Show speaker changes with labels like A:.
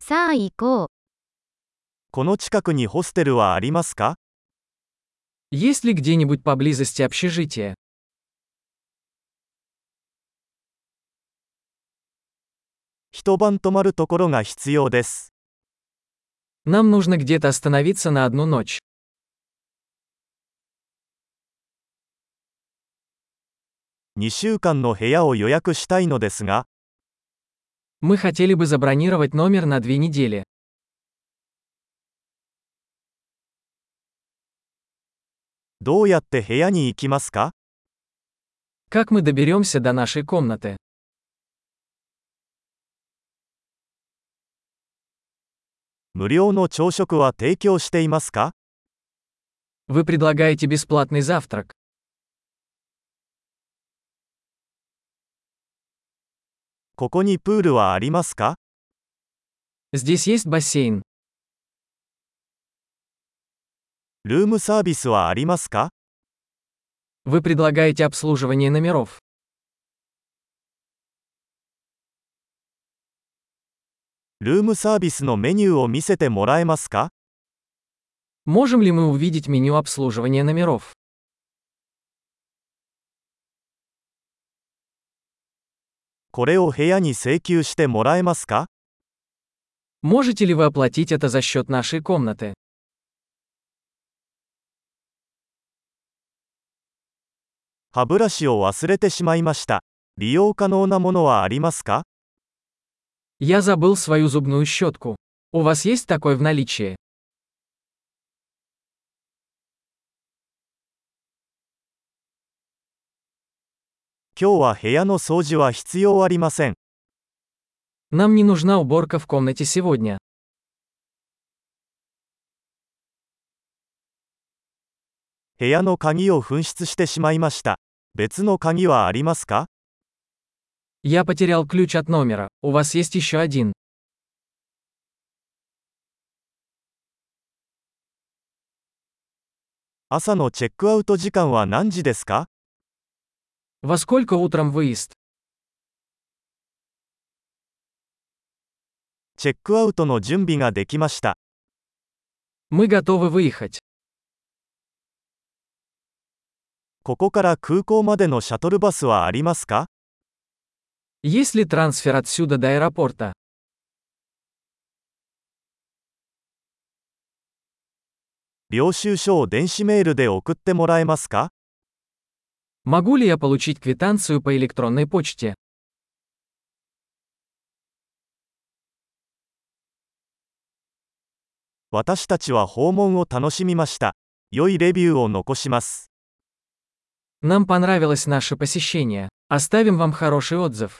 A: さあ行こう。
B: この近くにホステルはありますか
C: Есть ли где-нибудь поблизости общежитие?
B: 一晩泊まるところが必要です。
C: Нам нужно где-то остановиться на одну ночь.
B: 2週間の部屋を予約したいのですが、
C: Мы хотели бы забронировать номер на две недели.
B: どうやって部屋に行きますか
C: Как мы доберемся до нашей комнаты?
B: 無料の朝食は提供していますか
C: Вы предлагаете бесплатный завтрак.
B: ここにプールはありますか
C: Здесь есть бассейн.
B: ルームサービスはありますか
C: Вы предлагаете обслуживание номеров.
B: ルームサービスのメニューを見せてもらえますか
C: Можем ли мы увидеть меню обслуживания номеров?
B: これを部屋に請求してもらえますか
C: Можете ли вы оплатить это за счет нашей комнаты?
B: 歯ブラシを忘れてしまいました。利用可能なものはありますか
C: Я забыл свою зубную щетку. У вас есть такой в наличии?
B: 今日は部屋の掃除は必要ありません。
C: Нам не нужна уборка в комнате сегодня.
B: 部屋の鍵を紛失してしまいました。別の鍵はありますか
C: Я потерял ключ от номера. У вас есть еще один.
B: 朝のチェックアウト時間は何時ですか
C: Во сколько утром выезд?
B: チェックアウトの準備ができました。
C: Мы готовы выехать.
B: ここから空港までのシャトルバスはありますか
C: Есть ли трансфер отсюда до аэропорта?
B: 領収書を電子メールで送ってもらえますか
C: Могу ли я получить квитанцию по электронной почте?
B: 私たちは訪問を楽しみました。良いレビューを残します。
C: Нам понравилось наше посещение. Оставим вам хороший отзыв.